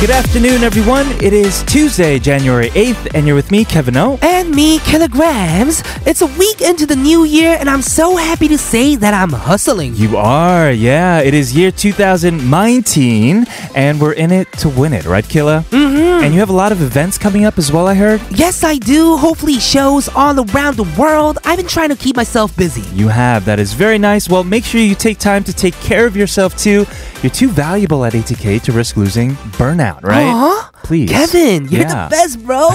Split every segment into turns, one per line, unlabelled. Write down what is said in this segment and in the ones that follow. Good afternoon, everyone. It is Tuesday, January 8th, and you're with me, Kevin O.
And me, Kilograms. It's a week into the new year, and I'm so happy to say that I'm hustling.
You are, yeah. It is year 2019, and we're in it to win it, right, Killa? Mm-hmm. And you have a lot of events coming up as well, I heard.
Yes, I do. Hopefully, shows all around the world. I've been trying to keep myself busy.
You have. That is very nice. Well, make sure you take time to take care of yourself, too. You're too valuable at ATK to risk losing burnout, right?
Aw.
Please.
Kevin, you're
Yeah.
the best, bro.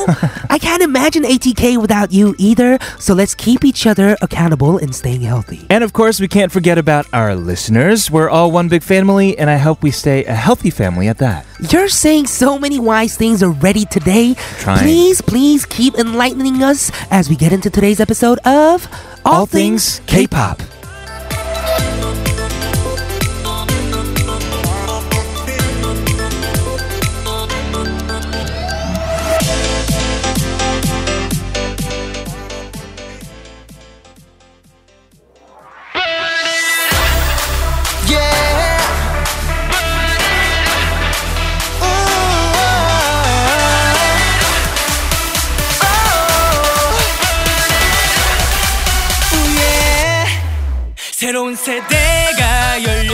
I can't imagine ATK without you either. So let's keep each other accountable and staying healthy.
And of course, we can't forget about our listeners. We're all one big family, and I hope we stay a healthy family at that.
You're saying so many wise things already today.
Trying.
Please, please keep enlightening us as we get into today's episode of
All Things K-Pop.
새로운 세대가 열려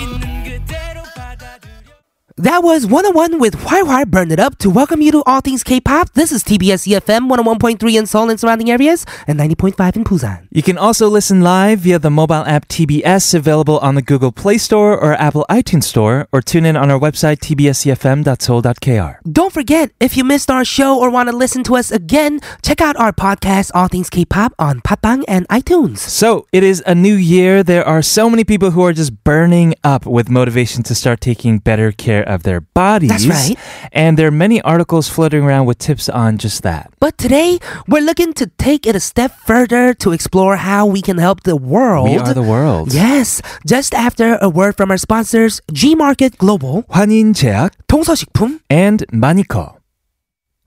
있는 그대로 받아들여
That was 101 with Why Why Burn It Up to welcome you to All Things K-Pop. This is TBS EFM 101.3 in Seoul and surrounding areas and 90.5 in Busan.
You can also listen live via the mobile app TBS, available on the Google Play Store or Apple iTunes Store, or tune in on our website tbscfm.soul.kr.
Don't forget, if you missed our show or want to listen to us again, check out our podcast All Things K-Pop on Patbang and iTunes.
So, it is a new year. There are so many people who are just burning up with motivation to start taking better care of their bodies.
That's right.
And there are many articles floating around with tips on just that.
But today, we're looking to take it a step further to explore how we can help the world.
We are the world.
Yes, just after a word from our sponsors, G Market Global,
환인 제약
동서식품,
and Manico.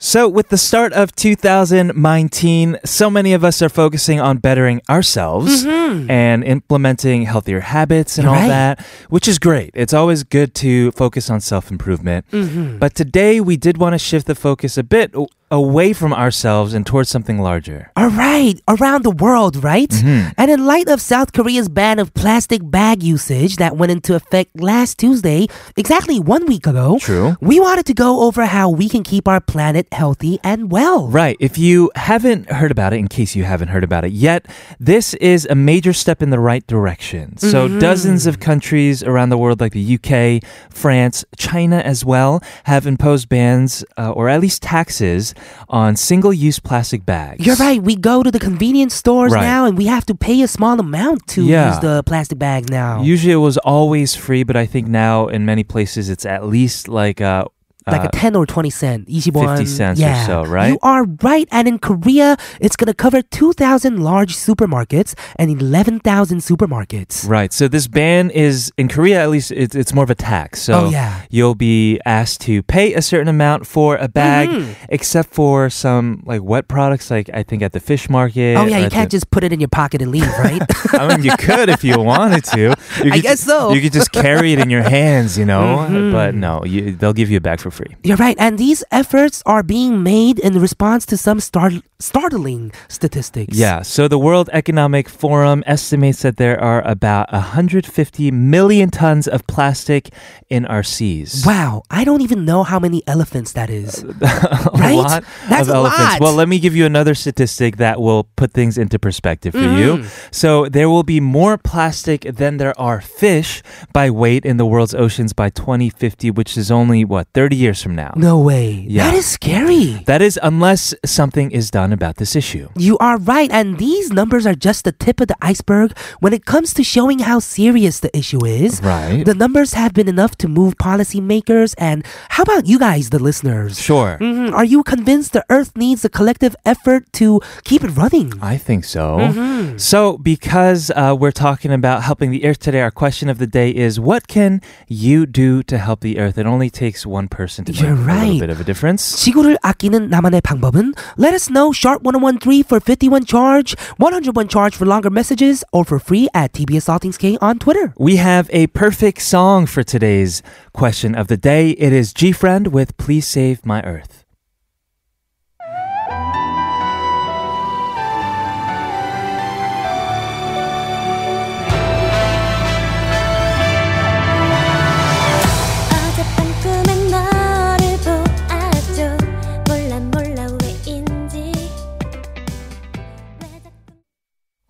So, with the start of 2019, so many of us are focusing on bettering ourselves and implementing healthier habits and
Mm-hmm. You're
all
right.
that, which is great. It's always good to focus on self improvement.
Mm-hmm.
But today, we did want to shift the focus a bit a- away from ourselves and towards something larger.
All right, around the world, right?
Mm-hmm.
And in light of South Korea's ban of plastic bag usage that went into effect last Tuesday, exactly one week ago,
True.
we wanted to go over how we can keep our planet healthy and well.
Right. If you haven't heard about it, in case you haven't heard about it yet, this is a major step in the right direction. So,
Mm-hmm.
dozens of countries around the world, like the UK, France, China as well, have imposed bans uh, or at least taxes on single use plastic bags.
You're right. We go to the convenience stores
Right.
now and we have to pay a small amount to
Yeah.
use the plastic bags now.
Usually it was always free, but I think now in many places it's at least like uh,
like
uh,
a 10 or 20 cent, 21.
50 cents or
yeah.
so, right?
You are right. And in Korea, it's going to cover 2,000 large supermarkets and 11,000 supermarkets.
Right. So this ban is in Korea, at least, it's, it's more of a tax. So
Oh, yeah.
you'll be asked to pay a certain amount for a bag,
Mm-hmm.
except for some like wet products, like I think at the fish market.
Oh yeah,
or
you
at
can't
the-
just put it in your pocket and leave, right?
I mean, you could if you wanted to. You
I
could-
guess so. Mm-hmm.
You could just carry it in your hands, you know. But no, you, they'll give you a bag for free.
You're right, and these efforts are being made in response to some star- startling statistics.
Yeah. So the World Economic Forum estimates that there are about 150 million tons of plastic in our seas.
Wow, I don't even know how many elephants that is.
Uh, a
Right?
lot
That's
of
a
elephants.
lot.
Well, let me give you another statistic that will put things into perspective for you.
Mm-hmm.
So there will be more plastic than there are fish by weight in the world's oceans by 2050, which is only what 30 years from now.
No way.
Yeah.
That is scary.
That is unless something is done about this issue.
You are right, and these numbers are just the tip of the iceberg when it comes to showing how serious the issue is.
Right.
The numbers have been enough to move policymakers, and how about you guys, the listeners?
Sure.
Mhm, Are you convinced the Earth needs a collective effort to keep it running?
I think so.
Mm-hmm.
So, because uh, we're talking about helping the earth today, our question of the day is what can you do to help the earth? It only takes one person. person to make a
You're
little
right.
bit of a difference.
지구를 아끼는 나만의 방법은 Let us know sharp 1013 for 51 charge 101 charge for longer messages or for free at TBS All Things K on Twitter
We have a perfect song for today's question of the day. It is G Friend with Please Save My Earth.
어젯밤 꿈엔 너를 보았죠 몰라 몰라 왜인지 왜 자꾸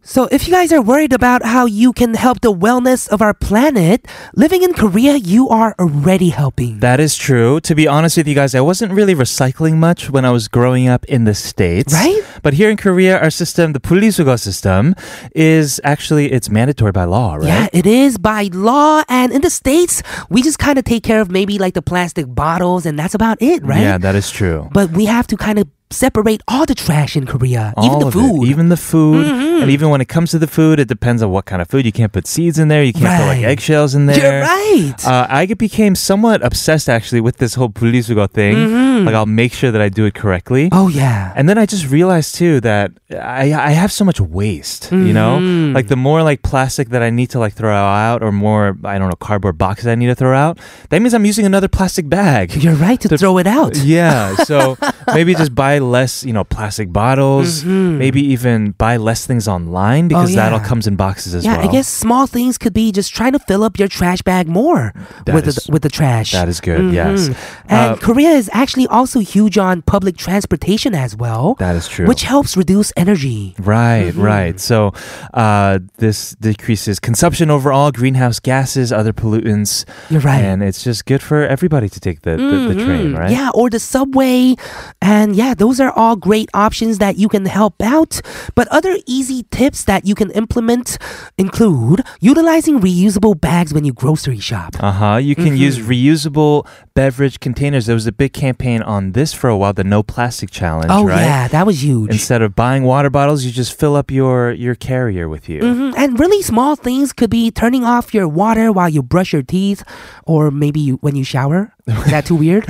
So if you guys are worried about how you can help the wellness of our planet living in Korea you are already helping
That is true. To be honest with you guys, I wasn't really recycling much when I was growing up in the States.
Right?
But here in Korea, our system, the 분리수거 system, is actually, it's mandatory by law, right?
Yeah, it is by law. And in the States, we just kind of take care of maybe like the plastic bottles, and that's about it, right?
Yeah, that is true.
But we have to kind of separate all the trash in Korea, even
All of
the
it.
food. Mm-hmm.
even the food, and even when it comes to the food, it depends on what kind of food. You can't put seeds in there. You can't put like
Right.
eggshells in there.
You're right.
Uh, I get- became somewhat obsessed actually with this whole 분리수거 thing.
Mm-hmm.
Like I'll make sure that I do it correctly.
Mm. oh, yeah.
And then I just realized too that I I have so much waste, you know?
Mm-hmm.
Like the more like plastic that I need to like throw out or more I don't know cardboard boxes I need to throw out, that means I'm using another plastic bag.
You're right to
the-
throw it out.
Yeah, so maybe just buy less, you know, plastic bottles, maybe even buy less things online because that all
Mm-hmm. Oh, yeah.
comes in boxes as
Yeah,
well.
I guess small things could be just trying to fill up your trash bag more
That
with
is-
the, with the trash.
that is good. Yes.
Mm-hmm. And
Uh,
Korea is actually also huge on public transportation as well.
That is true.
Which helps reduce energy.
Right,
Mm-hmm.
right. So uh, this decreases consumption overall, greenhouse gases, other pollutants.
You're right. Mm-hmm.
And it's just good for everybody to take the, the, the train, right?
Yeah, or the subway. And yeah, those are all great options that you can help out. But other easy tips that you can implement include utilizing reusable bags when you grocery shop.
Uh huh. You
Mm-hmm.
can use reusable beverage containers. There was a big campaign on this for a while, the No Plastic Challenge,
oh,
right?
yeah, that was huge.
Instead of buying water bottles, you just fill up your, your carrier with you.
Mhm, And really small things could be turning off your water while you brush your teeth or maybe you, when you shower. Is that too weird?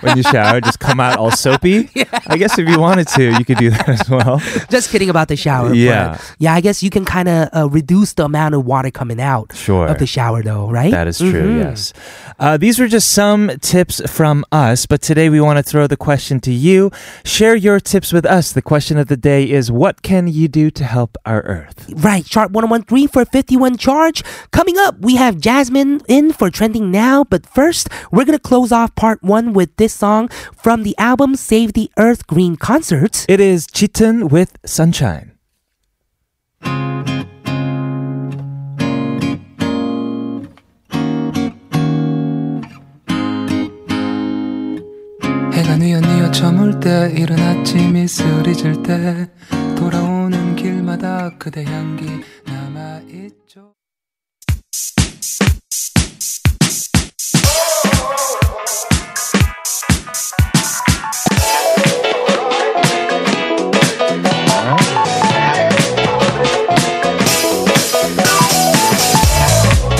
When you shower, just come out all soapy. I guess if you wanted to, you could do that as well.
Just kidding about the shower. but
Yeah.
yeah, I guess you can kind of uh, reduce the amount of water coming out
Sure.
of the shower, though, right?
That is true, yes. Uh, these were just some tips from us, but today we want to throw the question to you. Share your tips with us. The question of the day is what can you do to help our earth?
Right, chart 1013 for 51 charge. Coming up, we have Jasmine in for trending now, but first, we're going to close off part 1 with this song from the album Save the Earth Green Concert.
It is Chitin with Sunshine.
해가 뉘어뉘어 저물 때 이른 아침 이슬이 질 때 돌아오는 길마다 그대 향기 남아있죠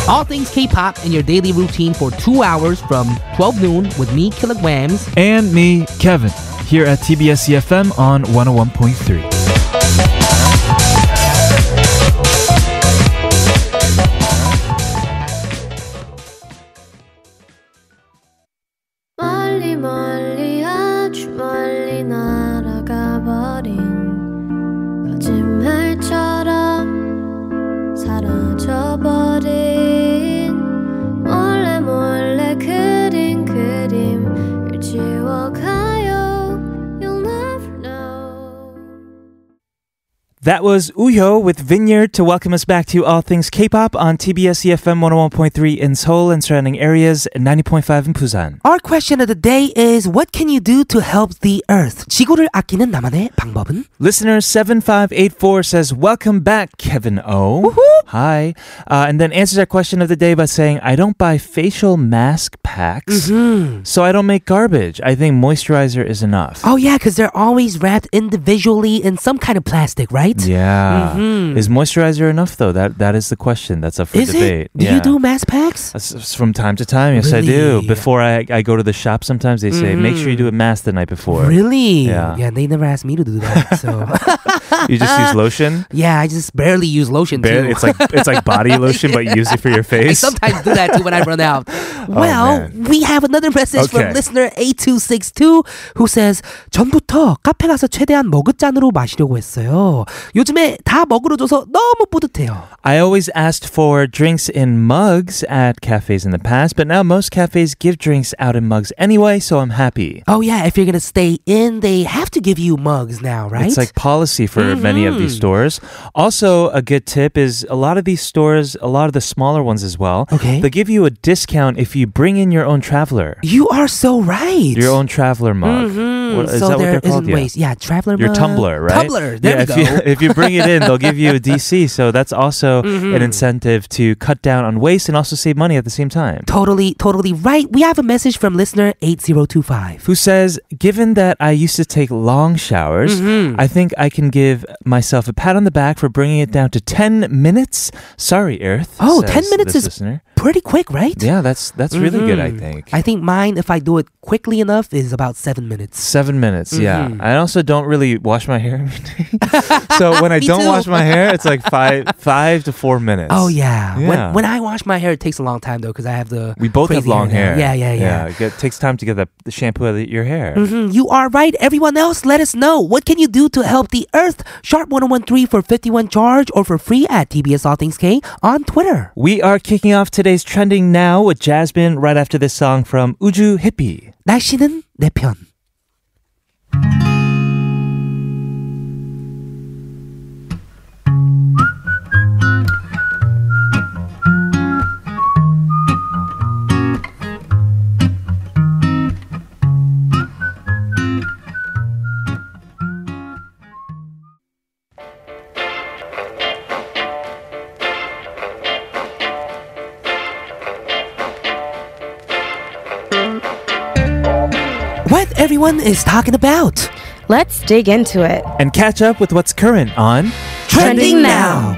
All things K-pop in your daily routine for 2 hours from 12 noon with me Kilograms.
And me, Kevin, here at TBS EFM E on 101.3.
멀리 멀리 아주 멀리 날아가 버린 거짓말처럼 사라져 버린 몰래 몰래 그린 그림을 지워가요 You'll never know
That was Uyo with Vineyard to welcome us back to All Things K-Pop on TBS EFM 101.3 in Seoul and surrounding areas, and 90.5 in Busan.
Our question of the day is what can you do to help the earth? 지구를 아끼는 나만의 방법은?
Listener 7584 says, Welcome back, Kevin O. Hi. Uh, and then answers our question of the day by saying, I don't buy facial mask packs.
Mm-hmm.
So I don't make garbage. I think moisturizer is enough.
Oh yeah, because they're always wrapped individually in some kind of plastic, right?
Yeah. Is moisturizer enough though? That that is the question. That's up for
Mm-hmm. Is
debate.
it? Do
yeah.
you do mass packs?
S- s- From time to time, yes, I do.
Really?
Before I, I go to the shop, sometimes they say, make sure you do a mask the night before.
Mm. Really?
Yeah.
They never asked me to do that. So
You just use lotion.
yeah, I just barely use lotion
Bare-
too.
It's like it's like body lotion, but use it for your
I
face.
sometimes do that too when I run out. Well,
Oh, man.
we have another message
Okay.
from listener A262 who says 전부터 카페 가서 최대한 머그잔으로 마시려고 했어요. 요즘에 다 머그로 줘서 너무 뿌듯해요.
I always asked for drinks in mugs at cafes in the past, but now most cafes give drinks out in mugs anyway, so I'm happy.
Oh yeah, if you're gonna stay in, they have to give you mugs now, right? Mm-hmm.
It's like policy for many of these stores. Also, a good tip is a lot of these stores, a lot of the smaller ones as well,
Okay.
they give you a discount if you bring in your own traveler.
you are so right. Mm-hmm.
Your own traveler mug. What- is
so
that what
there
they're called?
isn't waste. Yeah, traveler.
Your
mug.
tumbler, right?
Tumbler. There
yeah,
we go.
if you, if you bring it in, they'll give you a DC. So that's also
Mm-hmm.
an incentive to cut down on waste and also save money at the same time.
Totally, totally right. We have a message from listener 8025.
who says, Given that I used to take long showers,
Mm-hmm.
I think I can give myself a pat on the back for bringing it down to 10 minutes. Sorry, Earth.
Oh,
says
10 minutes
this
is-
Listener.
Pretty quick, right?
Yeah, that's, that's really good, I think.
I think mine, if I do it quickly enough, is about seven minutes.
Seven minutes,
Mm-hmm.
yeah. I also don't really wash my hair every day. so when I
Me
don't
too.
wash my hair, it's like five, five to four minutes.
Oh yeah.
Yeah.
When, when I wash my hair, it takes a long time though because I have the
We both have
crazy
long hair.
hair now. Yeah, yeah, yeah.
yeah. It takes time to get the, the shampoo out of your hair.
Mhm, You are right. Everyone else, let us know. What can you do to help the earth? Sharp 1013 for 51 charge or for free at TBS All Things K on Twitter.
We are kicking off today's trending now with Jasmine right after this song from Uju Hippie.
날씨는 내 편. What everyone is talking about.
Let's dig into it.
and catch up with what's current on.
Trending now.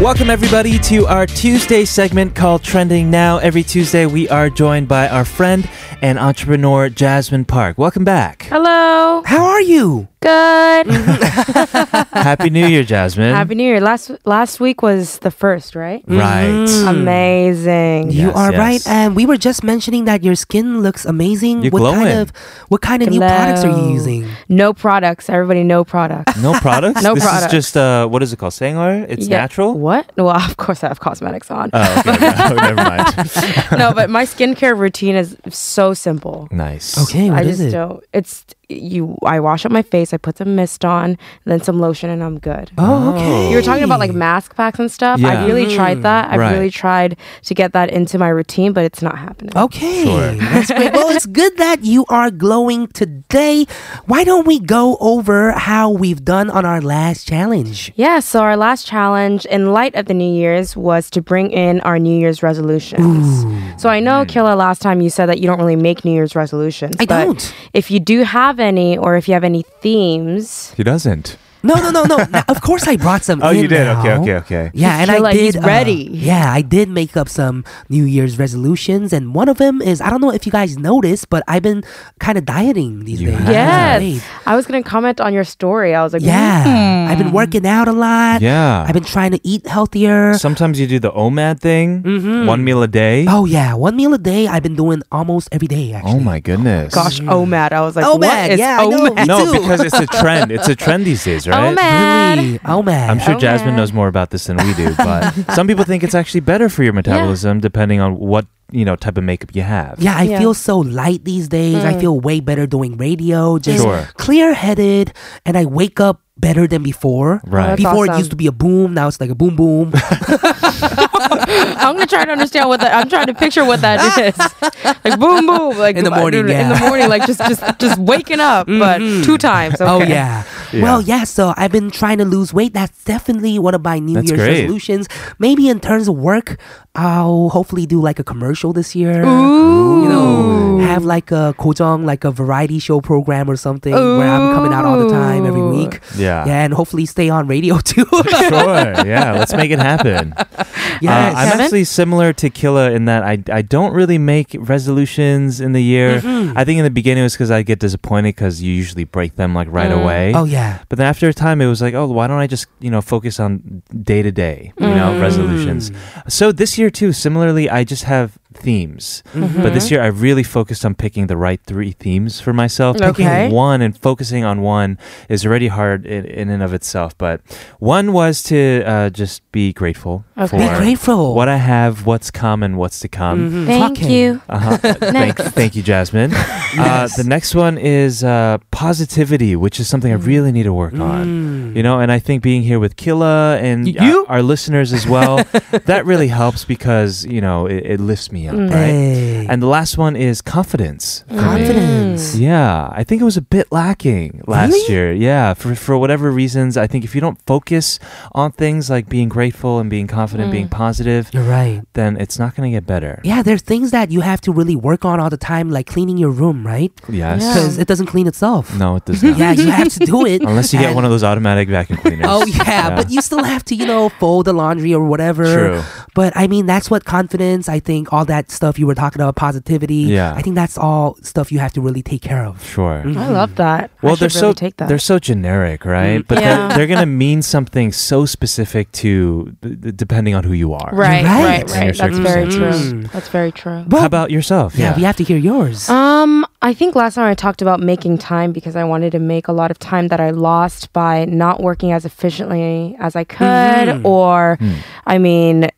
Welcome, everybody, to our Tuesday segment called Trending Now. Every Tuesday, we are joined by our friend and entrepreneur, Jasmine Park. Welcome back.
Hello.
How are you?
Good.
Happy New Year, Jasmine.
Happy New Year. Last last week was the first, right?
Right.
Mm. Amazing.
You
Yes,
are
yes.
right, and we were just mentioning that your skin looks amazing.
You're
what
glowing.
kind of what kind of new products are you
Glow.
using?
No products. Everybody, no products.
No products?
No
this
products.
is just, uh, what is it called? Sangor? It's
Yeah.
natural?
What? Well, of course I have cosmetics on.
Oh, okay. no, never mind.
no, but my skincare routine is so simple.
Nice.
Okay,
I
what is
just
it?
don't. It's you. I wash up my face. I put some mist on, then some lotion, and I'm good.
Oh, okay.
You were talking about like mask packs and stuff.
Yeah.
I've really tried that. I've
Right.
really tried to get that into my routine, but it's not happening.
Okay,
Sure.
that's great. Well, it's good that you are glowing today. Why don't we go over how we've done on our last challenge?
Yeah, so our last challenge in light of the New Year's was to bring in our New Year's resolutions. So I know, Killa, last time you said that you don't really make New Year's resolutions.
Mm. I
but
don't.
If you do have any, or if you have any themes,
He doesn't.
No, no, no, no. Now, of course, I brought some.
Oh, you
in
did?
now.
Okay, okay, okay.
Yeah, and I
Sheila, he's
did. uh,
ready.
yeah, I did make up some New Year's resolutions, and one of them is I don't know if you guys noticed, but I've been kind of dieting these
You
days.
have.
yes,
Right.
I was gonna comment on your story. I was like,
Yeah, I've
Mm.
been working out a lot.
Yeah.
I've been trying to eat healthier.
Sometimes you do the OMAD thing,
Mm-hmm.
one meal a day.
oh yeah, one meal a day. I've been doing almost every day. Actually.
Oh my goodness.
gosh, OMAD. I was like,
Oh,
what
man,
is
yeah, I know.
OMAD?
No,
too.
because it's a trend. It's a trend these days, right?
OMAD.
Really? Oh man.
I'm sure
Oh,
Jasmine
man.
knows more about this than we do, but some people think it's actually better for your metabolism depending on what, you know, type of makeup you have.
Yeah, I
Yeah. Mm.
feel so light these days. I feel way better doing radio, just
Sure.
clear headed, and I wake up better than before.
Right. Oh,
That's
Before it
awesome.
used to be a boom, now it's like a boom boom.
I'm gonna try to understand what that. I'm trying to picture what that is. Like boom, boom, like
In the morning,
in the
yeah.
morning, like just just just waking up, but two times.
Oh
okay.
yeah. Well, yeah. So I've been trying to lose weight. That's definitely one of my New
That's
Year's
great.
resolutions. Maybe in terms of work, I'll hopefully do like a commercial this year. You know, have like a kojong, like a variety show program or something where I'm coming out all the time every week.
Yeah.
Yeah, and hopefully stay on radio too.
Uh, sure. Yeah. Let's make it happen. Uh, I'm
yes.
Kevin?
actually similar to Killa in that I, I don't really make resolutions in the year.
Mm-hmm.
I think in the beginning it was because I get disappointed because you usually break them like right away.
oh yeah.
But then after a time, it was like, oh, why don't I just you know focus on day to day you
Mm.
know resolutions?
Mm-hmm.
So this year too, similarly, I just have themes.
Mm-hmm.
But
Mm-hmm.
this year, I really focused on picking the right three themes for myself.
Okay.
Picking one and focusing on one is already hard in, in and of itself. But one was to uh, just be grateful
Okay.
for
Be grateful. Mm.
what I have, what's come, and what's to come.
Thank
Fucking.
you.
Uh-huh. thank, thank you, Jasmine. Uh, the next one is uh, positivity, which is something I
Mm.
really need to work on.
Mm.
You know, and I think being here with Killa and uh,
Y- Mm. you?
Our, our listeners as well, that really helps because, you know, it, it lifts me up,
Mm.
right?
Hey.
And the last one is confidence. for me.
Mm.
confidence.
Yeah, I think it was a bit lacking last
Really?
year. Yeah, for for whatever reasons, I think if you don't focus on things like being grateful and being confident,
Mm.
being positive,
You're right.
then it's not going to get better.
Yeah, there's things that you have to really work on all the time, like cleaning your room, right?
Yes.
Yeah.
Because it doesn't clean itself.
No, Oh, it does not.
Yeah, you have to do it.
Unless you get
And-
one of those automatic vacuum cleaners.
Oh yeah, but you still have to, you know, fold the laundry or whatever.
True.
But I mean, that's what confidence. I think all that stuff you were talking about, positivity.
Yeah.
I think that's all stuff you have to really take care of.
Sure.
I love that. I
Well,
should
they're
really
so
take that.
they're so generic, right?
Mm,
But
Yeah.
they're, they're gonna mean something so specific to d- d- depending on who you are.
right.
right, right,
In your
right. That's very
Mm.
true.
circumstances.
That's very true.
Well,
How about yourself?
yeah, we have to hear yours.
Um, I think last time I talked about making time because I wanted to make a lot of time that I lost by not working as efficiently as I
Mm.
could, or
Hmm.
I mean,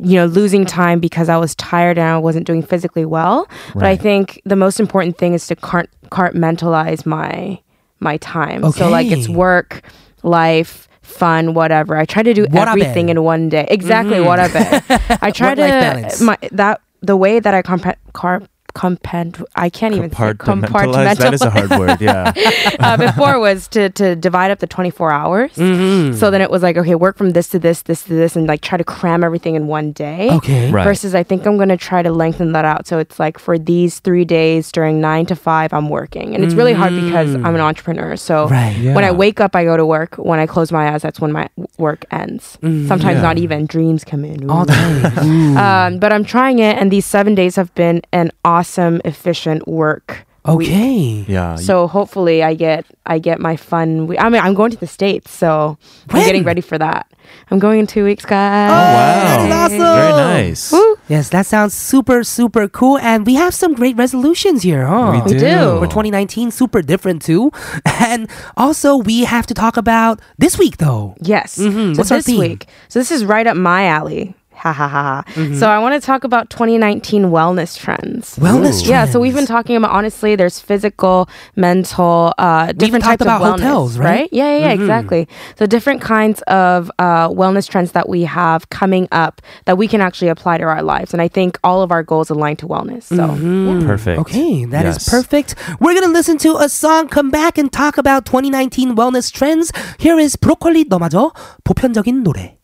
you know, losing time because I was tired and I wasn't doing physically well. But I
Right.
think the most important thing is to cart- compartmentalize my my time. So like it's
Okay.
work, life, fun, whatever. I try to do
What of
everything
it?
in one day. Exactly, what of it? I try to
Mm-hmm. Work-life balance.
my that the way that I compa- car compend I can't even say
Compartmentalize. That is a hard word. Yeah.
uh, before was to to divide up the 24 hours.
Mm.
Mm-hmm.
So then it was like okay, work from this to this, this to this and like try to cram everything in one day.
okay.
Right.
Versus I think I'm going to try to lengthen that out. So it's like for these 3 days during 9 to 5 I'm working. And it's really hard because I'm an entrepreneur. So
Right.
Mm. Yeah.
when I wake up I go to work, when I close my eyes that's when my work ends.
Mm,
Sometimes not even dreams come in.
All
Ooh.
day. Ooh.
Um, but I'm trying it, and these seven days have been an awesome, efficient work. week.
Okay.
Yeah.
So hopefully, I get I get my fun. We- I mean, I'm going to the states, so I'm getting
When?
ready for that. I'm going in two weeks,
oh,
guys.
wow.
That is
Very
awesome.
nice.
Yes, that sounds super, super cool. And we have some great resolutions here, huh?
We We do. do.
For 2019, super different too. And also, we have to talk about this week though.
Yes. So
Mm-hmm. What's our
this
theme?
week. So this is right up my alley. Ha ha ha. ha.
Mm-hmm.
So I want to talk about 2019 wellness trends.
Wellness
Yeah, so we've been
trends.
talking about honestly, there's physical, mental, uh, different
talked
types
about
of
hotels,
wellness,
right? Mm-hmm.
Yeah, yeah, yeah, exactly. So different kinds of uh, wellness trends that we have coming up that we can actually apply to our lives, and I think all of our goals align to wellness. So
Mm-hmm.
yeah.
Mm-hmm. Perfect.
Okay, that
Yes.
is perfect. We're gonna listen to a song, come back and talk about 2019 wellness trends. Here is 브로콜리 너마저 보편적인 노래.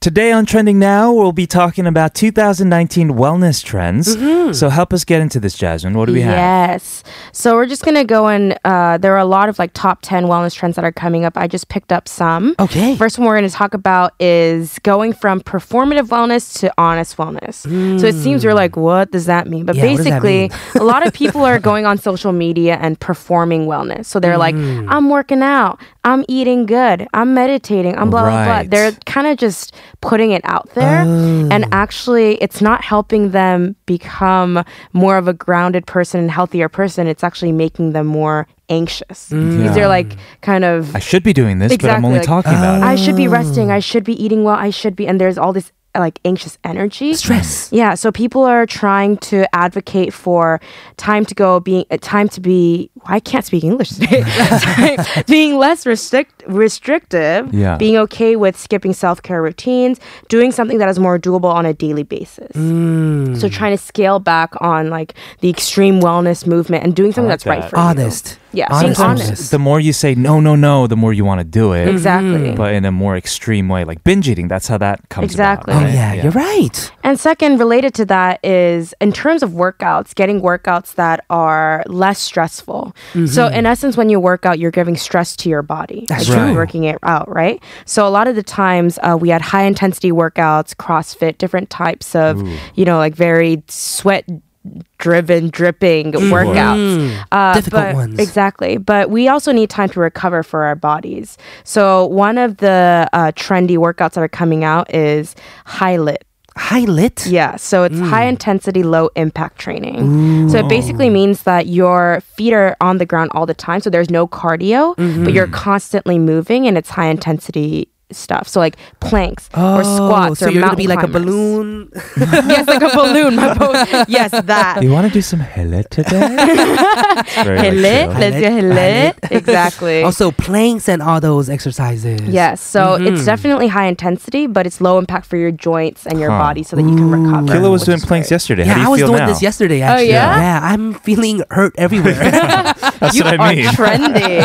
Today on Trending Now, we'll be talking about 2019 wellness trends.
Mm-hmm.
So help us get into this, Jasmine. What do we have?
Yes. So we're just gonna go and uh, there are a lot of like top ten wellness trends that are coming up. I just picked up some.
Okay.
First one we're going to talk about is going from performative wellness to honest wellness. So it seems you're like, what does that mean? But
Yeah, what does that
basically, a lot of people are going on social media and performing wellness. So they're
Mm.
like, I'm working out, I'm eating good, I'm meditating, I'm blah, blah, blah.
Right.
They're kind of just putting it out there.
Oh.
And actually, it's not helping them become more of a grounded person and healthier person. It's actually making them more anxious.
Mm.
Because
Yeah.
they're like kind of
I should be doing this, but I'm
Exactly,
only
like, uh,
talking about it.
I should be resting.
Oh.
I should be eating well. I should be. And there's all this like anxious energy.
Stress.
Yeah. So people are trying to advocate for time to go being uh, time to be. I can't speak English today. Sorry. being less restrict restrictive.
Yeah.
Being okay with skipping self care routines, doing something that is more doable on a daily basis.
Mm.
So
Mm.
trying to scale back on like the extreme wellness movement and doing something
like
that's right
that.
for
Honest.
you. Yeah.
Honest.
Being
Sometimes
honest.
The more you say no, no, no, the more you want to do it.
Exactly.
But in a more extreme way, like binge eating. That's how that comes
Exactly.
about.
Oh
right?
yeah, you're right.
And second, related to that is in terms of workouts, getting workouts that are less stressful. So in essence, when you work out, you're giving stress to your body.
Mm-hmm. That's
like you're
true.
Working it out, right? So a lot of the times uh, we had high intensity workouts, CrossFit, different types of, you know, like very sweat driven, dripping workouts. Uh,
Difficult
but-
Mm-hmm. ones.
Exactly. But we also need time to recover for our bodies. So one of the uh, trendy workouts that are coming out is high lit.
High lit.
Yeah, so
Mm.
it's high intensity, low impact training. So it basically means that your feet are on the ground all the time. So there's no cardio, but
Mm.
you're constantly moving and it's high intensity stuff. So like planks or squats
Oh, so
or
you're gonna be
mountain
like a balloon.
climbers. yes, like a balloon. My bo- yes, that.
You want to do some hele today? It's very, like,
Hillit,
chill.
let's do hillit. Exactly.
Also planks and all those exercises.
Yes, so
Mm-hmm.
it's definitely high intensity, but it's low impact for your joints and your
Huh.
body so that you can recover.
Killa was
which
doing
is
planks
great.
yesterday.
Yeah,
How do you
I was
feel
doing
now?
this yesterday. Actually.
Oh, yeah?
yeah. I'm feeling hurt everywhere.
That's
You
what
are
I mean.
trendy.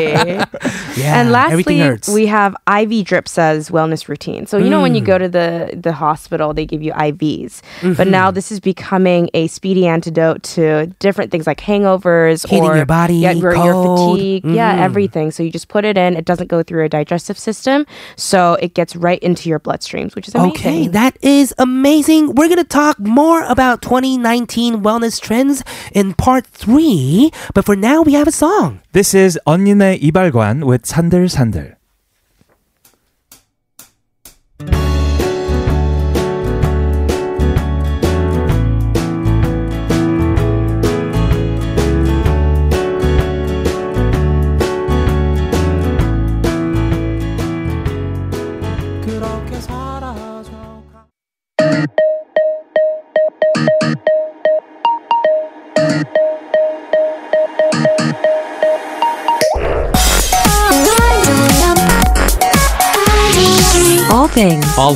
yeah,
and
everything
lastly,
hurts.
we have IV drip says wellness routine. So you know when you
Mm.
go to the the hospital, they give you IVs.
Mm-hmm.
But now this is becoming a speedy antidote to different things like hangovers
Heating
or
your body,
yeah, your,
cold.
your
Mm-hmm.
fatigue, yeah, everything. So you just put it in. It doesn't go through your digestive system, so it gets right into your bloodstreams, which is amazing.
Okay, that is amazing. We're going to talk more about 2019 wellness trends in part three, but for now, we have a song.
This is 언니네 이발관 with 산들 산들.
All things. All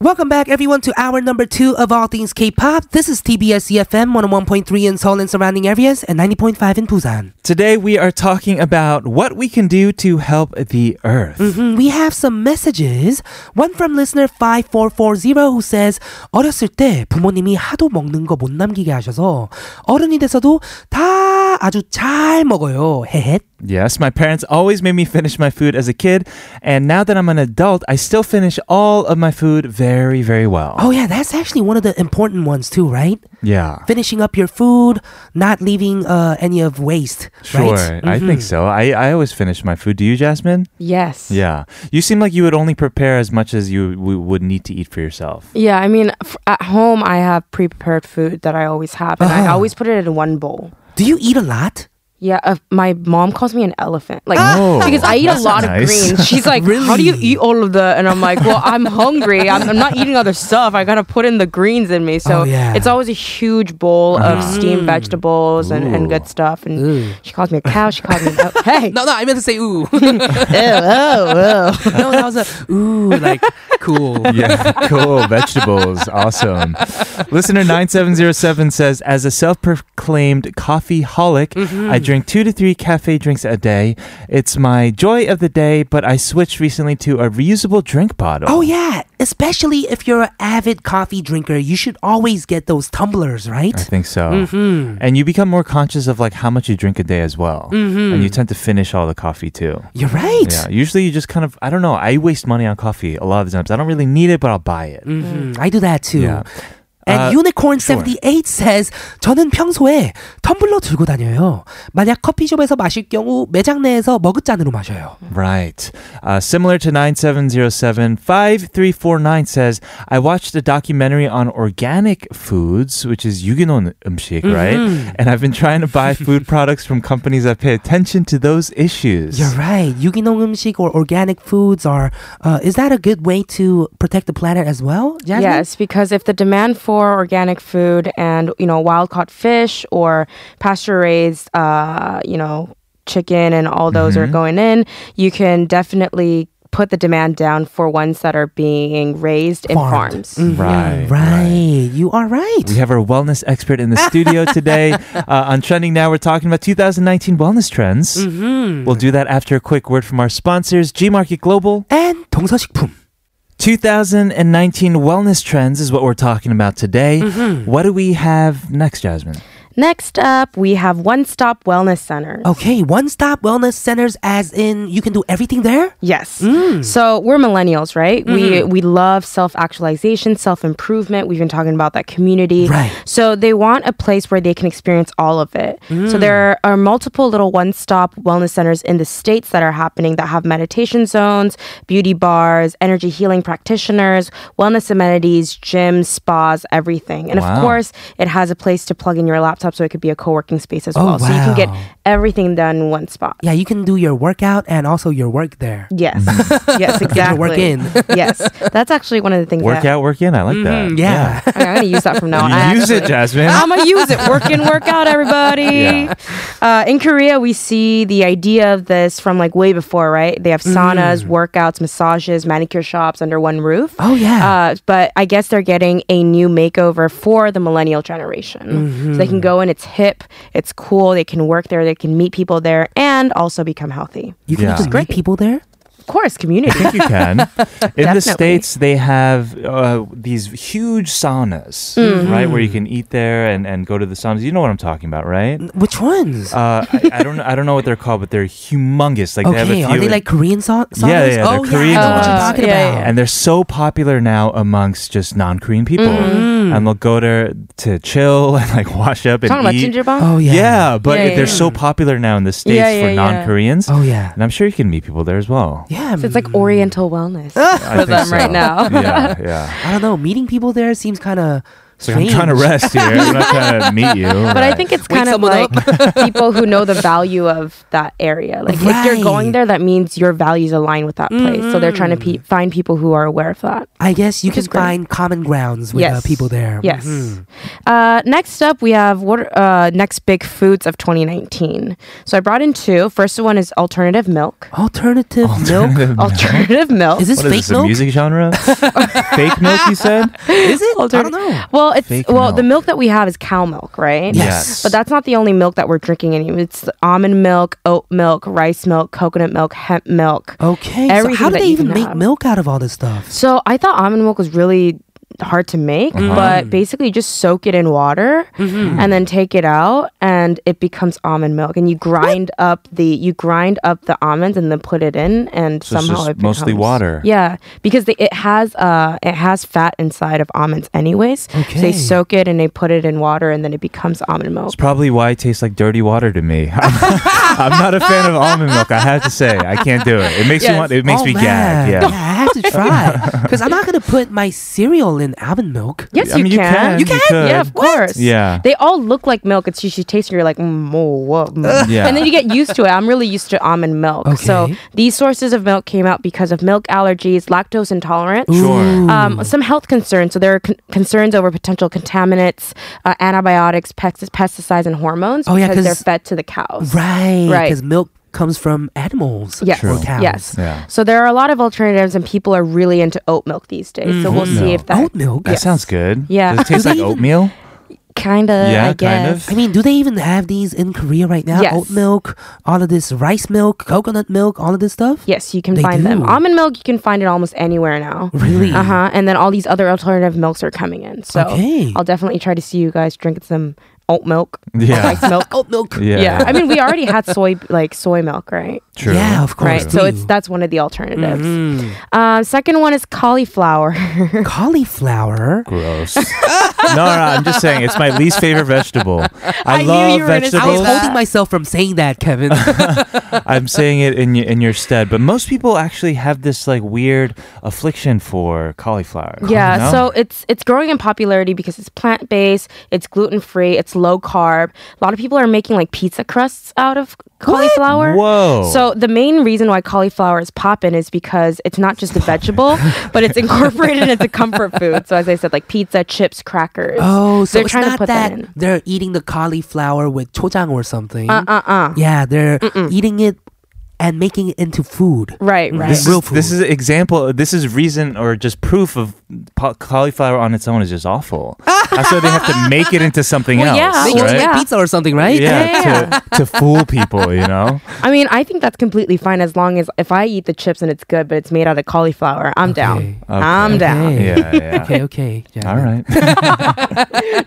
welcome back, everyone, to hour number two of All Things K-pop. This is TBS EFM 101.3 in Seoul and surrounding areas, and 90.5 in Busan.
Today we are talking about what we can do to help the earth.
Mm-hmm.
음, Mm-hmm, We have some messages. One from listener 5440 who says 어렸을 때 부모님이 하도 먹는 거 못 남기게 하셔서 어른이 돼서도 다 아주 잘 먹어요. 헤헷.
Yes, my parents always made me finish my food as a kid, and now that I'm an adult, I still finish all of my food very, very well.
Oh yeah, that's actually one of the important ones too, right?
yeah.
Finishing up your food, not leaving uh, any of waste,
Sure,
right? Mm-hmm.
I think
Mm-hmm.
so. I, I always finish my food. Do you, Jasmine?
Yes.
Yeah. You seem like you would only prepare as much as you w- would need to eat for yourself.
Yeah, I mean, f- at home I have pre-prepared food that I always have, and I always put it in one bowl.
Do you eat a lot?
Yeah, uh, my mom calls me an elephant. Like
Oh,
Ah, because I eat a
that's
lot
nice.
of greens. She's like, "How do you eat all of the?" And I'm like, "Well, I'm hungry. I'm, I'm not eating other stuff. I gotta put in the greens in me." So
Oh, yeah. Mm.
it's always a huge bowl of steamed vegetables and, and good stuff. And she calls me a cow. She calls me an el- hey.
No, no, I meant to say ooh.
ew, ew, ew.
no, that was a ooh, like cool.
yeah, cool. Vegetables. Awesome. Listener 9707 says As a self proclaimed coffee holic,
Mm.
I
Mm-hmm.
drink two to three cafe drinks a day. It's my joy of the day, but I switched recently to a reusable drink bottle.
Oh yeah, especially if you're an avid coffee drinker, you should always get those tumblers, right? Mm-hmm.
I think so.
Mm.
And you become more conscious of like how much you drink a day as well. And you tend to finish all the coffee too.
You're Mm-hmm. right.
Yeah. Usually you just kind of I don't know, I waste money on coffee a lot of the times. I don't really need it, but I'll buy it.
Mhm, I do that too.
Mm-hmm. Yeah. Uh,
And Unicorn
sure.
78 says 저는 평소에 텀블러 들고 다녀요. 만약 커피숍에서 마실 경우 매장 내에서 머그잔으로 마셔요.
Right. Uh, similar to 9707, 5349 says, I watched a documentary on organic foods, which is Yugino umshik,
Mm-hmm.
right? And I've been trying to buy food products from companies that pay attention to those issues.
You're right. 유기농 음식 or organic foods are uh, is that a good way to protect the planet as well? Jasmine?
Yes, because if the demand for organic food and you know wild caught fish or pasture raised, uh, you know chicken and all those
Mm-hmm.
are going in, you can definitely put the demand down for ones that are being raised in
Farmed. Mm-hmm.
farms.
Right.
Right. You are right.
We have our wellness expert in the studio today. Uh, on Trending Now, we're talking about 2019 wellness trends.
Mm-hmm. Mm.
We'll do that after a quick word from our sponsors, G Market Global.
And 동서식품.
2019 wellness trends is what we're talking about today.
Mm-hmm.
What do we have next, Jasmine?
Next up, we have One Stop Wellness Center.
Okay, one-stop wellness centers as in you can do everything there?
Yes.
Mm.
So we're millennials, right? We
Mm-hmm.
we love self actualization, self improvement. We've been talking about that community.
Right.
So they want a place where they can experience all of it. So
Mm.
there are multiple little one stop wellness centers in the states that are happening that have meditation zones, beauty bars, energy healing practitioners, wellness amenities, gyms, spas, everything. And
Wow.
of course, it has a place to plug in your laptop, so it could be a co working space as
Oh,
well. So you can get
wow.
everything done in one spot.
Yeah, you can do your workout and also your work there.
Yes.
Get
yes, exactly.
your work in.
yes. That's actually one of the things
Work
that
out, work in. I like that.
Mm, Yeah.
Okay, I'm going to use that from now on. Mm-hmm. I
You use it, Jasmine.
actually- I'm gonna use it. Work in, work out, everybody.
Yeah.
Uh, in Korea, we see the idea of this from like way before, right? They have
Mm.
saunas, workouts, massages, manicure shops under one roof.
Oh, yeah.
Uh, but I guess they're getting a new makeover for the millennial generation. So
Mm-hmm.
they can go in. It's hip. It's cool. They can work there. They can meet people there, and also become healthy.
You can
Yeah.
just meet people there?
Of course, community.
I think you can. In the
Definitely.
States, they have uh, these huge saunas,
Mm-hmm.
right? Where you can eat there and, and go to the saunas. You know what I'm talking about, right?
Mm.
Which ones?
Uh, I, I don't I don't know what they're called, but they're humongous. Like they have a
okay,
few
are they
in-
like Korean so- songs?
Yeah, yeah,
oh,
they're Korean
yeah, I know what you're
ones.
talking
Yeah,
about.
yeah.
and they're so popular now amongst just non-Korean people,
Mm-hmm.
Mm.
and they'll go there to chill and like wash up and
Talking about
eat.
ginger bomb.
Oh, yeah.
Yeah, but
Yeah,
it- they're
yeah.
so popular now in the States
Yeah,
for
yeah, yeah.
non Koreans.
Oh, yeah.
And I'm sure you can meet people there as well.
Yeah. mm,
So it's like Oriental wellness for them right now.
yeah, yeah.
I don't know. Meeting people there seems kind of
It's like I'm
strange.
trying to rest here. I'm not trying to meet you.
But I think it's kind
Uh,
of
someone
like people who know the value of that area. Like if
Right.
you're going there, that means your values align with that place. So they're trying to pe-
Mm-hmm.
find people who are aware of that.
I guess you
Which
can
is great.
find common grounds with uh,
Yes.
people there.
Yes.
Mhm.
Uh, next up, we have what are, uh, next big foods of 2019. So I brought in two. First one is alternative milk.
Alternative, milk.
Alternative milk.
Alternative milk.
Is this
What is this,
fake
a
milk?
music genre? fake milk, you said?
Is it? I don't
Alternative-
know.
Well, it's
Fake
well the
milk.
milk that we have is cow milk, right?
Yes.
But that's not the only milk that we're drinking anymore. It's the almond milk, oat milk, rice milk, coconut milk, hemp milk.
Okay. So
Everything
how do
that
they
you
even
can
make
have.
milk out of all this stuff?
So I thought almond milk was really hard to make,
Mm-hmm.
but basically you just soak it in water and then take it out and it becomes almond milk. And you grind up the you grind up the almonds and then put it in and
So it's
somehow
just
it becomes,
mostly water.
Yeah, because they, it has uh it has fat inside of almonds anyways. So
Okay.
they soak it and they put it in water and then it becomes almond milk.
It's probably why it tastes like dirty water to me. I'm, I'm not a fan of almond milk. I have to say, I can't do it. It makes me
Yes.
want. It makes
Oh,
me
man.
gag.
yeah, I have to try because I'm not gonna put my cereal in almond milk.
Yes,
I mean, you
you, can.
can, You you can? could.
Yeah, of course.
Yeah.
They all look like milk. It's just you taste and you're like, mm, whoa, whoa. mm."
Yeah.
And then you get used to it. I'm really used to almond milk. So
Okay.
these sources of milk came out because of milk allergies, lactose intolerance.
Sure.
Um, some health concerns. So there are con- concerns over potential contaminants, uh, antibiotics, pest- pesticides, and hormones
Oh, yeah,
because they're
'cause-
fed to the cows.
Right.
Right.
Because milk comes from animals
Yes.
or
True.
cows.
Yes.
Yeah.
So there are a lot of alternatives, and people are really into oat milk these days. So we'll see if that
Mm-hmm. Oat milk.
That sounds good.
Yeah.
Does it taste like oatmeal?
kind of.
Yeah,
I
kind
guess.
I mean, do they even have these in Korea right now?
Yes.
Oat milk, all of this rice milk, coconut milk, all of this stuff?
Yes, you can
They
find them.
do.
Almond milk, you can find it almost anywhere now.
Really?
Uh huh. And then all these other alternative milks are coming in. So
Okay.
I'll definitely try to see you guys drinking some oat milk,
Yeah.
rice milk.
Oat milk.
Yeah.
yeah. I mean, we already had soy like soy milk, right?
True.
Yeah, of course. Mm-hmm.
Right. So it's that's one of the alternatives. Uh, second one is cauliflower.
cauliflower.
Gross. no, no, I'm just saying it's my least favorite vegetable. I,
I knew
love
you were
I was
gonna say
vegetables.
that.
holding myself from saying that, Kevin.
I'm saying it in your, in your stead, but most people actually have this like weird affliction for cauliflower.
Yeah,
you know?
so it's it's growing in popularity because it's plant based, it's gluten free, it's low carb. A lot of people are making like pizza crusts out of cauliflower.
Oh.
Whoa.
So the main reason why cauliflower is poppin' is because it's not just a vegetable, but it's incorporated into comfort food. So as I said, like pizza, chips, crackers.
oh, so
they're
it's
trying
not
to put that,
that,
in.
they're eating the cauliflower with chojang or something.
Uh uh uh.
Yeah, they're eating it and making it into food.
Right, right.
this
real
is, this
food.
is example. This is reason or just proof of pa- cauliflower on its own is just awful. That's why they have to make it into something
Well, yeah,
else,
Making
Uh, well,
it
right?
like
yeah.
pizza or something, right?
Yeah,
Yeah.
To, to fool people, you know.
I mean, I think that's completely fine as long as if I eat the chips and it's good, but it's made out of cauliflower. I'm down.
Okay.
I'm down.
Okay.
Yeah, yeah.
Okay, okay. Yeah.
All right.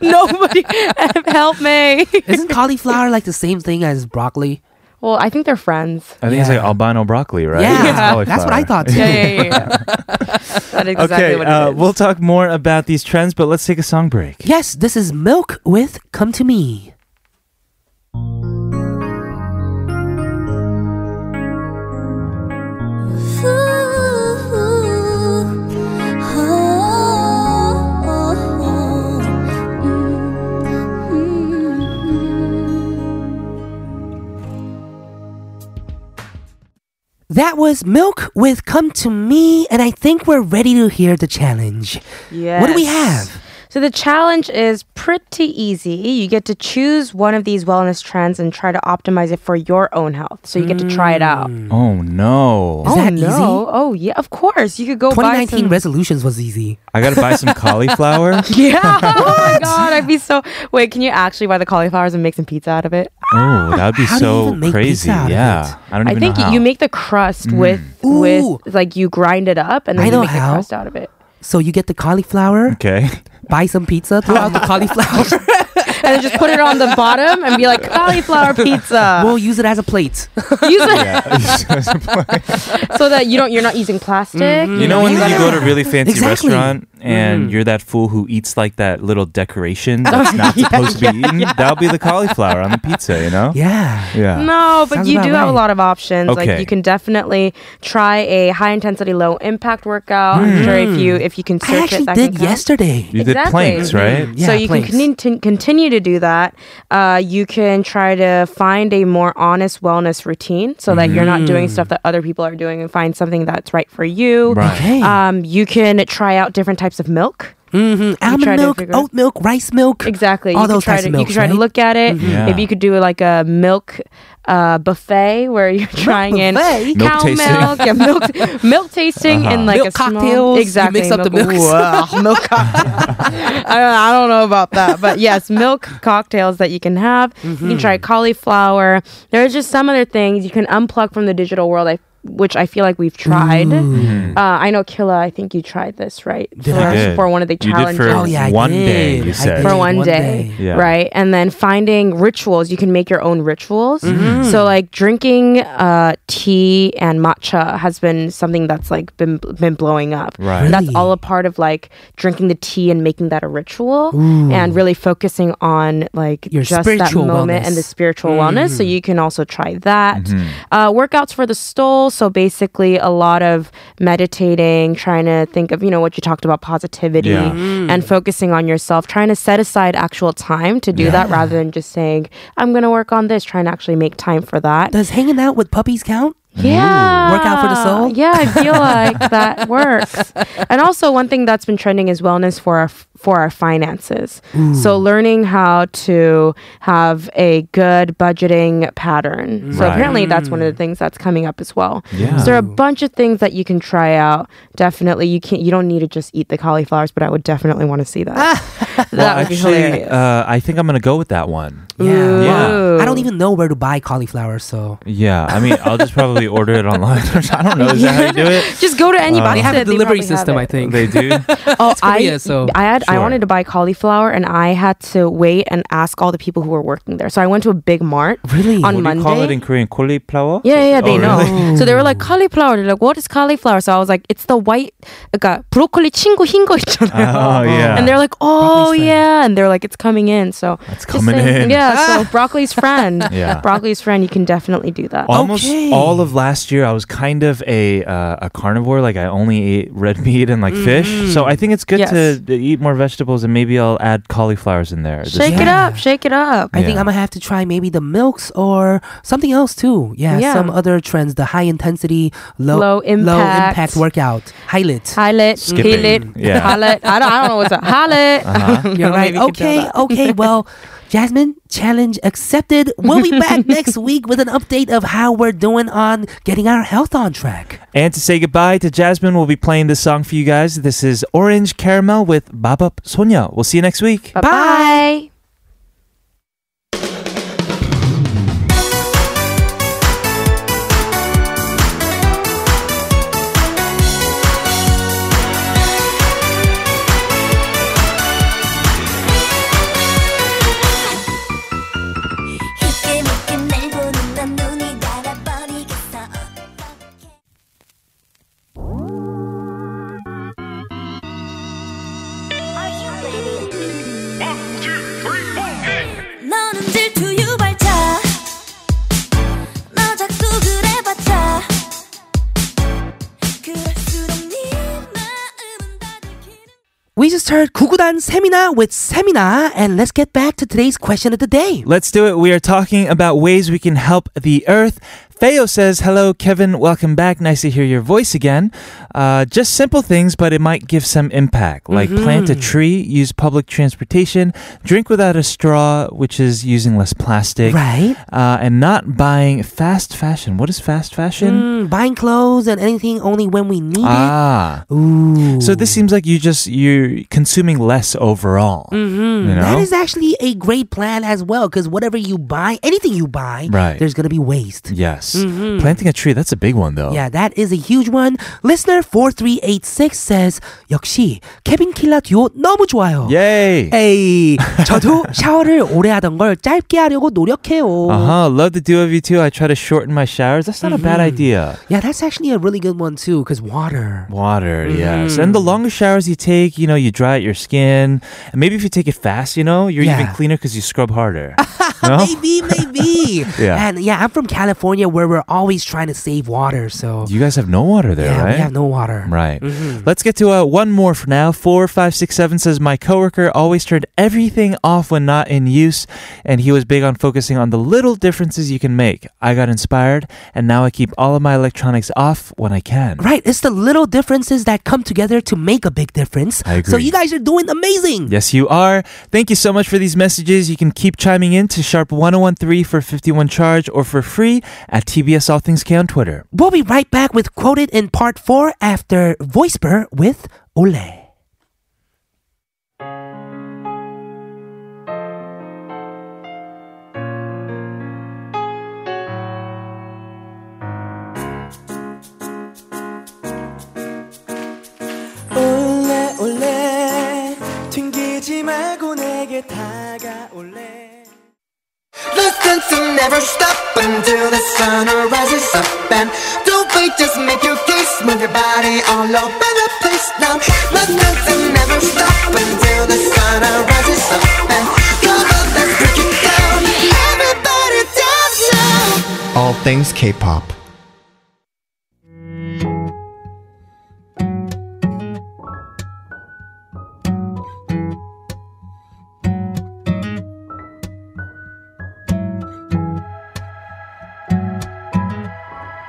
Nobody help me.
Isn't cauliflower like the same thing as broccoli?
Well, I think they're friends.
I think it's like
Yeah.
albino broccoli, right?
Yeah,
It's
that's what I
cauliflower.
thought too.
yeah, yeah. That's exactly
okay,
what it
uh,
is.
we'll talk more about these trends, but let's take a song break.
Yes, this is Milk with Come to Me. That was Milk with Come to Me, and I think we're ready to hear the challenge.
Yes.
What do we have?
So the challenge is pretty easy. You get to choose one of these wellness trends and try to optimize it for your own health. So you get to try it out.
Hmm.
Oh no.
Is
oh
Mm. that
no!
easy?
Oh yeah, of course. You could go buy
2019
some.
resolutions was easy.
I gotta buy some cauliflower.
yeah. oh my god, I'd be so. Wait, can you actually buy the cauliflowers and make some pizza out of it?
Oh, that would be
How do you
so
even make
crazy.
pizza out of
Yeah. I don't
I
even
think
know. How.
you make the crust with
Mm. Ooh.
with like you grind it up and then
I
you
know
make
how.
the crust out of it.
So you get the cauliflower,
Okay.
buy some pizza, throw out the cauliflower.
and then just put it on the bottom and be like cauliflower pizza.
we'll use it as a plate.
Use it so that you don't you're not using plastic.
Mm-hmm.
You know when you go to a really fancy
Exactly. Mm.
restaurant and you're that fool who eats like that little decoration that's not supposed to be eaten? That'll be the cauliflower on the pizza, you know?
Yeah.
Yeah.
No, but
Sounds
you
about
do have a
right.
lot of options. Like
Okay.
you can definitely try a high intensity, low impact workout. I'm sure if you if you can
Hmm. I
search
actually
it, that
did
can count.
yesterday.
You did
Exactly.
planks, right?
Yeah,
so you
planks.
can con- continue to do that. Uh, you can try to find a more honest wellness routine so that you're not doing stuff
Hmm.
that other people are doing and find something that's right for you.
Right.
Okay.
Um, you can try out different types of milk.
hmm Almond
try to
milk,
figure-
oat milk, rice milk.
Exactly.
All
you
those
could try
types
to,
of
You
milks,
could try
right?
to look at it.
Yeah.
Maybe you could do like a milk uh, buffet where you're trying
buffet?
in
Milk
cow
tasting.
milk, yeah, milk, milk tasting, and like
Milk
a small-
cocktails. You
exactly.
mix up the milks.
Wow, milk cocktail. I, don't, I don't know about that, but yes, milk cocktails that you can have. You
Mm-hmm.
can try cauliflower. There's just some other things you can unplug from the digital world. I, which I feel like we've tried.
Mm.
Uh, I know, Killa. I think you tried this, right?
I?
for,
I
Mm. did.
for one of the
You did
challenges
for
Oh yeah, I
One
did.
day, you
I
said.
did,
for one, day,
Yeah.
right and then finding rituals you can make your own rituals so like drinking uh, tea and matcha has been something that's like been been blowing up
Right.
that's
Really?
all a part of like drinking the tea and making that a ritual and really focusing on like
Your
just that
spiritual
moment and
wellness. Mm.
the
Mm-hmm.
spiritual wellness so you can also try that uh, workouts for the soul so basically a lot of meditating trying to think of you know what you talked about positivity
Yeah.
and focusing on yourself, trying to set aside actual time to do that rather than just saying, I'm going to work on this, trying to actually make time for that.
Does hanging out with puppies count?
Yeah.
Workout for the soul?
Yeah, I feel like that works. And also one thing that's been trending is wellness for our for our finances. So learning how to have a good budgeting pattern. So
Right.
apparently that's one of the things that's coming up as well.
Yeah.
So there are a bunch of things that you can try out. Definitely you can not you don't need to just eat the cauliflowers, but I would definitely want to see that. that
well,
would be
actually,
hilarious.
uh, I think I'm gonna go with that one.
Yeah.
Yeah.
I don't even know where to buy cauliflower, so.
Yeah, I mean, I'll just probably order it online. I don't know. Is that how you do it?
just go to any
Uh,
box
They
They have a
that
delivery
probably have
system, I
it.
think.
They do.
Oh, I
Korea, so-
I had
Sure.
I wanted to buy cauliflower and I had to wait and ask all the people who were working there. So I went to a big mart
Really?
What do
on Monday.
you call it in Korean? Cauliflower.
yeah, yeah, yeah, they
Oh,
know.
really?
So they were like
Mm.
cauliflower. They're like, "What is cauliflower?" So I was like, "It's the white, 그러니까 브로콜리 친구 흰거 있잖아요."
Oh yeah.
And they're like, "Oh
Broccoli's friend.
yeah," and they're like, "It's coming in." So
It's
just
coming in.
saying- Yeah. So broccoli's friend.
Yeah.
Broccoli's friend. You can definitely do that.
Almost
Okay.
all of last year, I was kind of a uh, a carnivore. Like I only ate red meat and like fish. So I think it's good
Mm-hmm. Yes.
to to eat more vegetables, and maybe I'll add cauliflowers in there.
Shake it
Yeah.
up. Shake it up.
I think
Yeah.
I'm gonna have to try maybe the milks or something else too. Yeah,
Yeah.
some other trends, the high intensity, low, low
Low impact.
impact workout, highlight.
Highlight,
Skipping.
highlight,
Yeah. Uh-huh.
highlight. I don't, I don't know what's up. Highlight.
You're right. Okay, okay. Well, Jasmine, challenge accepted. We'll be back next week with an update of how we're doing on getting our health on track.
And to say goodbye to Jasmine, we'll be playing this song for you guys. This is Orange Caramel with Babap Sonya. We'll see you next week.
Bye.
힘겹게 날 보는 넌 눈이 달아버리겠어 어떡해 Are you ready? 너는 질투 유발자 너 자꾸 그래봤자 그럴수록 네 마음은 다 들키는
We just heard Kukudan Semina with Semina, and let's get back to today's question of the day.
Let's do it. We are talking about ways we can help the earth. Feo says, Hello, Kevin. Welcome back. Nice to hear your voice again. Uh, just simple things, but it might give some impact, like plant a tree, use public transportation, drink without a straw, which is using less plastic,
Right?
uh, and not buying fast fashion. What is fast fashion?
Mm, buying clothes and anything only when we need
Ah.
it. Ooh.
So this seems like you just you're consuming less overall. You know?
That is actually a great plan as well, because whatever you buy, anything you buy,
Right.
there's gonna be waste.
yes. Planting a tree, that's a big one though.
Yeah, that is a huge one. Listener 4386 says, 역시 케빈 킬라 듀오 너무 좋아요.
Yay.
에이, 저도 샤워를 오래 하던 걸 짧게 하려고 노력해요.
Uh huh. Love the two of you too. I try to shorten my showers. That's not a bad idea.
Yeah, that's actually a really good one too, because water.
Water, yes. And the longer showers you take, you know, you dry out your skin. And maybe if you take it fast, you know, you're even
Yeah.
cleaner because you scrub harder. no?
Maybe, maybe.
Yeah.
And yeah, I'm from California where we're always trying to save water. So
You guys have no water there,
yeah,
right?
we have no water.
Right. Let's get to uh, one more for now. Four, five, six, seven says my coworker always turned everything off when not in use, and he was big on focusing on the little differences you can make. I got inspired, and now I keep all of my electronics off when I can.
Right, it's the little differences that come together to make a big difference.
I
So
agree.
you guys are doing amazing.
Yes, you are. Thank you so much for these messages. You can keep chiming in to Sharp 1013 for 51 charge or for free at TBS All Things K on Twitter.
We'll be right back with Quoted in Part 4 after VoiceBur with Ole.
올레 올레 튕기지 말고 내게 다가올래
The sense will never stop until the sun rises up and don't wait, just make your case, move your body all over the place now. The sense will never stop until the sun rises up and come on, let's break it down. Everybody dance now. All things K-pop.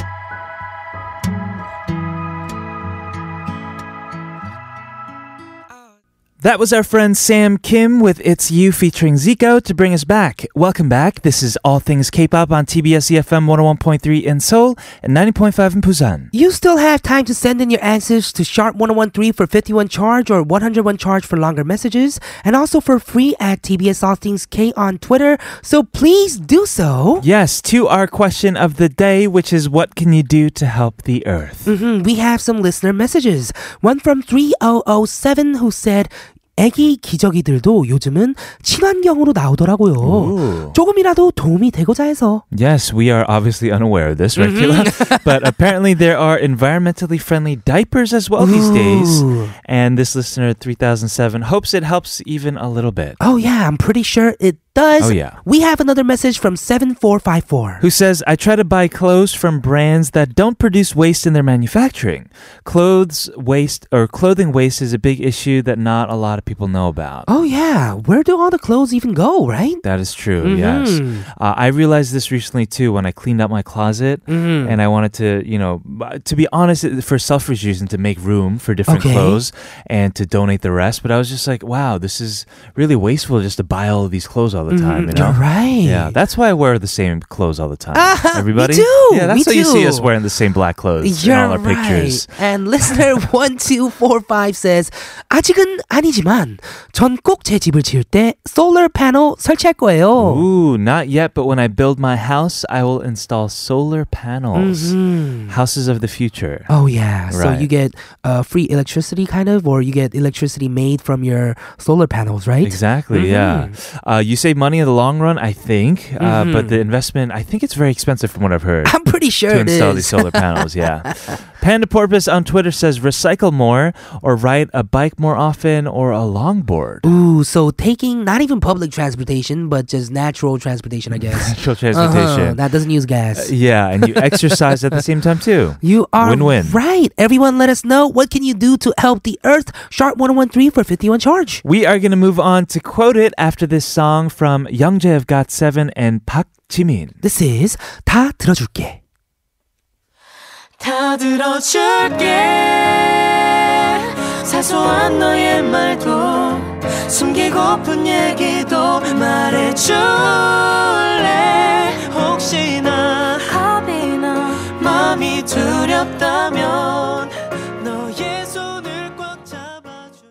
Hello, That was our friend Sam Kim with It's You featuring Zico to bring us back. Welcome back. This is All Things K-Pop on TBS EFM 101.3 in Seoul and 90.5 in Busan.
You still have time to send in your answers to Sharp1013 for 51 charge or 101 charge for longer messages, and also for free at TBS All Things K on Twitter. So please do so.
Yes, to our question of the day, which is what can you do to help the earth?
Mhm, We have some listener messages. One from 3007 who said, 애기 기저귀들도 요즘은 친환경으로 나오더라고요. 조금이라도 도움이 되고자 해서.
Yes, we are obviously unaware of this, right, Kila? but apparently there are environmentally friendly diapers as well these days.
Ooh.
And this listener, 3007, hopes it helps even a little bit.
Oh yeah, I'm pretty sure it
Oh,
does.
yeah.
We have another message from 7454.
Who says, I try to buy clothes from brands that don't produce waste in their manufacturing. Clothes waste or clothing waste is a big issue that not a lot of people know about.
Oh yeah, where do all the clothes even go, right?
That is true.
Mm-hmm.
Yes, uh, I realized this recently too when I cleaned out my closet,
Mm-hmm.
and I wanted to, you know, b- to be honest, it- for selfish reason, to make room for different
Okay.
clothes and to donate the rest. But I was just like, wow, this is really wasteful just to buy all of these clothes all the time. You know?
Mm, You're Mm-hmm. right.
Yeah, that's why I wear the same clothes all the time.
Ah, me
Everybody,
too,
yeah, that's
me
why you see us
too.
wearing the same black clothes
You're
in all our
right.
pictures.
And listener 1245 says 아직은 아니지만 전 꼭 제 집을 지을 때 solar panel 설치할 거예요.
Ooh, not yet, but when I build my house, I will install solar panels.
Mm-hmm.
Houses of the future.
Oh yeah. So
Right.
you get uh, free electricity kind of or you get electricity made from your solar panels, right? Mm-hmm.
Exactly. Yeah. Uh, you save money in the long run, I think. Uh, but the investment, I think it's very expensive from what I've heard.
I'm pretty sure
to
it
install
is.
these solar panels, yeah. Panda Porpoise on Twitter says recycle more or ride a bike more often or a longboard.
Ooh, so taking not even public transportation, but just natural transportation, I guess.
Natural
Uh-huh,
transportation.
that doesn't use gas.
Yeah, and you exercise at the same time too.
You are
Win-win.
right. Everyone, let us know what can you do to help the Earth. Sharp one one three for fifty one charge.
We are going to move on to quote it after this song from Youngjae of GOT7 and Park Jimin.
This is 다 들어줄게.
다 들어줄게 사소한 너의 말도 숨기고픈 얘기도 말해줄래 혹시나 합이나 마음이 두렵다면 너의 손을 꽉 잡아줄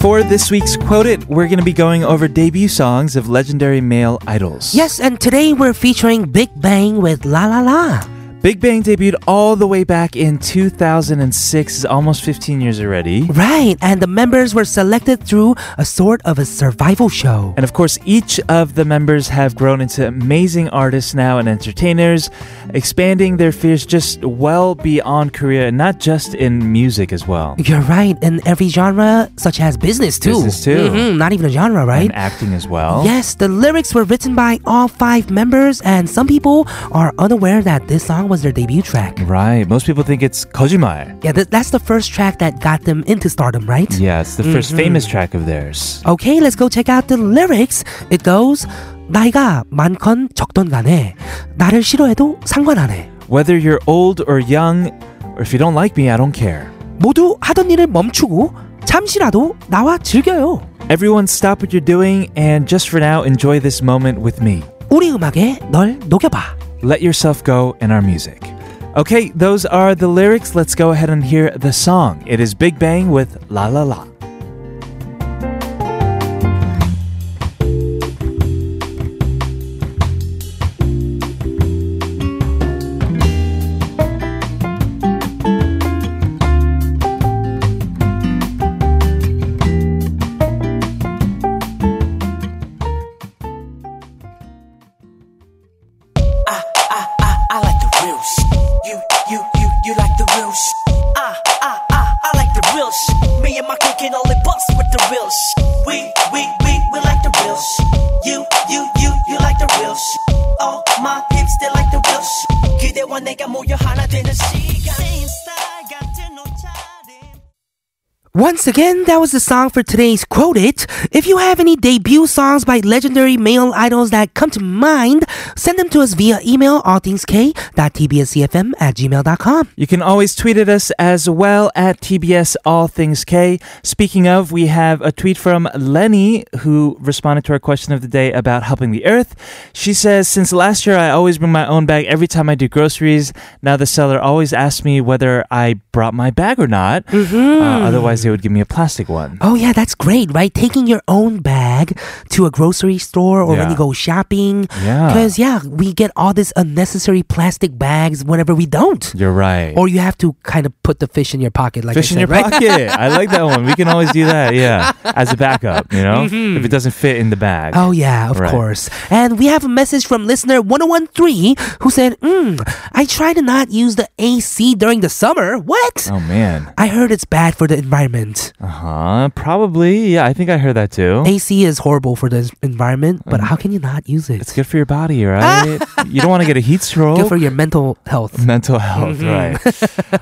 For this week's Quote It, we're going to be going over debut songs of legendary male idols.
Yes, and today we're featuring Big Bang with La La La.
Big Bang debuted all the way back in 2006, is almost 15 years already.
Right, and the members were selected through a sort of a survival show.
And of course, each of the members have grown into amazing artists now and entertainers, expanding their fears just well beyond Korea, and not just in music as well.
You're right, in every genre, such as business too.
Business too.
Mhm, not even a genre, right?
And acting as well.
Yes, the lyrics were written by all five members, and some people are unaware that this song was their debut track.
Right. Most people think it's Kojimai.
Yeah, th- that's the first track that got them into stardom, right?
Yeah, it's the 1st famous track of theirs.
Okay, let's go check out the lyrics. It goes, 나이가 많건 적던 간에 나를 싫어해도 상관 안 해.
Whether you're old or young, or if you don't like me, I don't care.
모두 하던 일을 멈추고 잠시라도 나와 즐겨요.
Everyone, stop what you're doing and just for now, enjoy this moment with me.
우리 음악에 널 녹여봐.
Let yourself go in our music. Okay, those are the lyrics. Let's go ahead and hear the song. It is Big Bang with La La La.
I like the real shit. You, you, you, you like the real shit. Ah, ah, ah, I like the real shit. Me and my crew can only bust with the real shit. We, we, we, we like the real shit. You, you, you, you like the real shit. All my hips, they like the real shit. 기대와 내 내가 모여 하나 되는 시간 Same style 같은 옷차림
Once again, that was the song for today's Quoted. If you have any debut songs by legendary male idols that come to mind, send them to us via email allthingsk.tbscfm at gmail.com.
You can always tweet at us as well at TBS All Things K. Speaking of, we have a tweet from Lenny who responded to our question of the day about helping the earth. She says, Since last year, I always bring my own bag every time I do groceries. Now the seller always asks me whether I brought my bag or not. Uh, otherwise, they would give me a plastic one.
Oh yeah, that's great, right? Taking your own bag to a grocery store or when
Yeah.
you go shopping.
Yeah.
Because yeah, we get all these unnecessary plastic bags whenever we don't.
You're right.
Or you have to kind of put the fish in your pocket, like I
Fish in your
said, right?
pocket. I like that one. We can always do that. Yeah. As a backup, you know? If it doesn't fit in the bag.
Mm-hmm. Oh yeah, of
Right.
course. And we have a message from listener 1013 who said, mm, I try to not use the AC during the summer. What?
Oh, man.
I heard it's bad for the environment.
Uh huh. Probably. Yeah, I think I heard that too.
AC is horrible for the s- environment, but how can you not use it?
Mm. It's good for your body, right? you don't want to get a heat stroke.
Good for Mm-hmm. your mental health.
Mental health, right?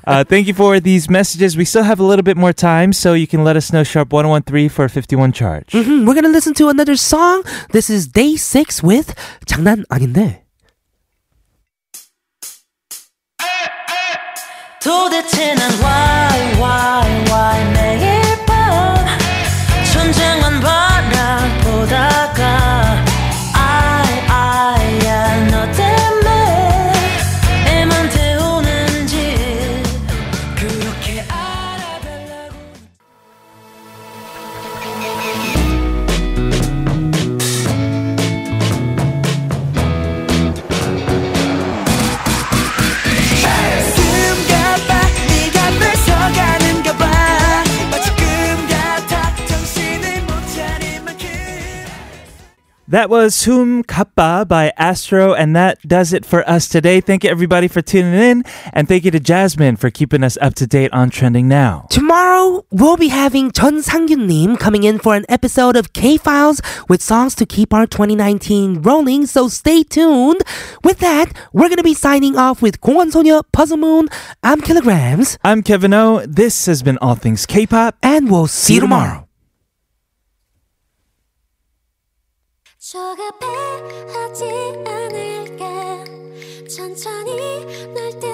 uh, thank you for these messages. We still have a little bit more time, so you can let us know sharp one one three for a fifty one charge.
Hmm, we're gonna listen to another song. This is day six with 장난 아닌데.
도대체 난 why why why 매일 밤 천장만 바라보다가 I I야 너 때문에 애만 태우는지 그렇게 알아달라고 지금 봐 네가 뺏어가는가 봐 마치 꿈 같아 정신을 못 차릴 만큼
That was Hum Kappa by Astro, and that does it for us today. Thank you everybody for tuning in, and thank you to Jasmine for keeping us up to date on trending now.
Tomorrow we'll be having Chun Sang-gyun-nim coming in for an episode of K-Files with songs to keep our 2019 rolling. So stay tuned. With that, we're gonna be signing off with 공원 소녀 Puzzle Moon. I'm Kilograms,
I'm Kevin O. This has been All Things K-pop.
and we'll see you tomorrow.
저가 패하지 않을게 천천히 널